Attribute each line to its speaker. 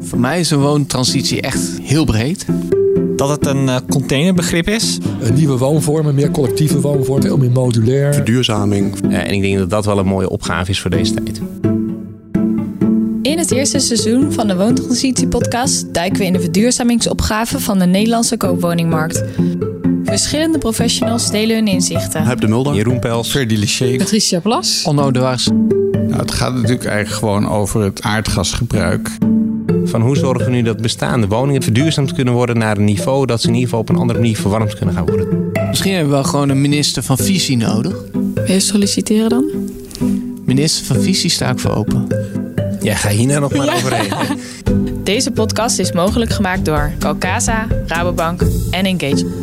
Speaker 1: Voor mij is een woontransitie echt heel breed.
Speaker 2: Dat het een eh, containerbegrip is.
Speaker 3: Eh, Nieuwe woonvormen, meer collectieve woonvormen, veel meer modulair.
Speaker 4: verduurzaming.
Speaker 5: Eh, en ik denk dat dat wel een mooie opgave is voor deze tijd.
Speaker 6: In het eerste seizoen van de Woontransitiepodcast duiken we in de verduurzamingsopgave van de Nederlandse koopwoningmarkt. Verschillende professionals delen hun inzichten.
Speaker 4: Huip de Mulder.
Speaker 2: Jeroen Pels.
Speaker 7: Ferdy Lechee.
Speaker 8: Patricia Plas.
Speaker 1: Onno dwars.
Speaker 7: Nou, het gaat natuurlijk eigenlijk gewoon over het aardgasgebruik.
Speaker 5: Van hoe zorgen we nu dat bestaande woningen verduurzaamd kunnen worden naar een niveau dat ze in ieder geval op een andere manier verwarmd kunnen gaan worden.
Speaker 1: Misschien hebben we wel gewoon een minister van visie nodig.
Speaker 8: Wil je solliciteren dan?
Speaker 1: Minister van visie sta ik voor open.
Speaker 5: Ja, ga hier nou nog maar overheen.
Speaker 6: Deze podcast is mogelijk gemaakt door Calcasa, Rabobank en Engage.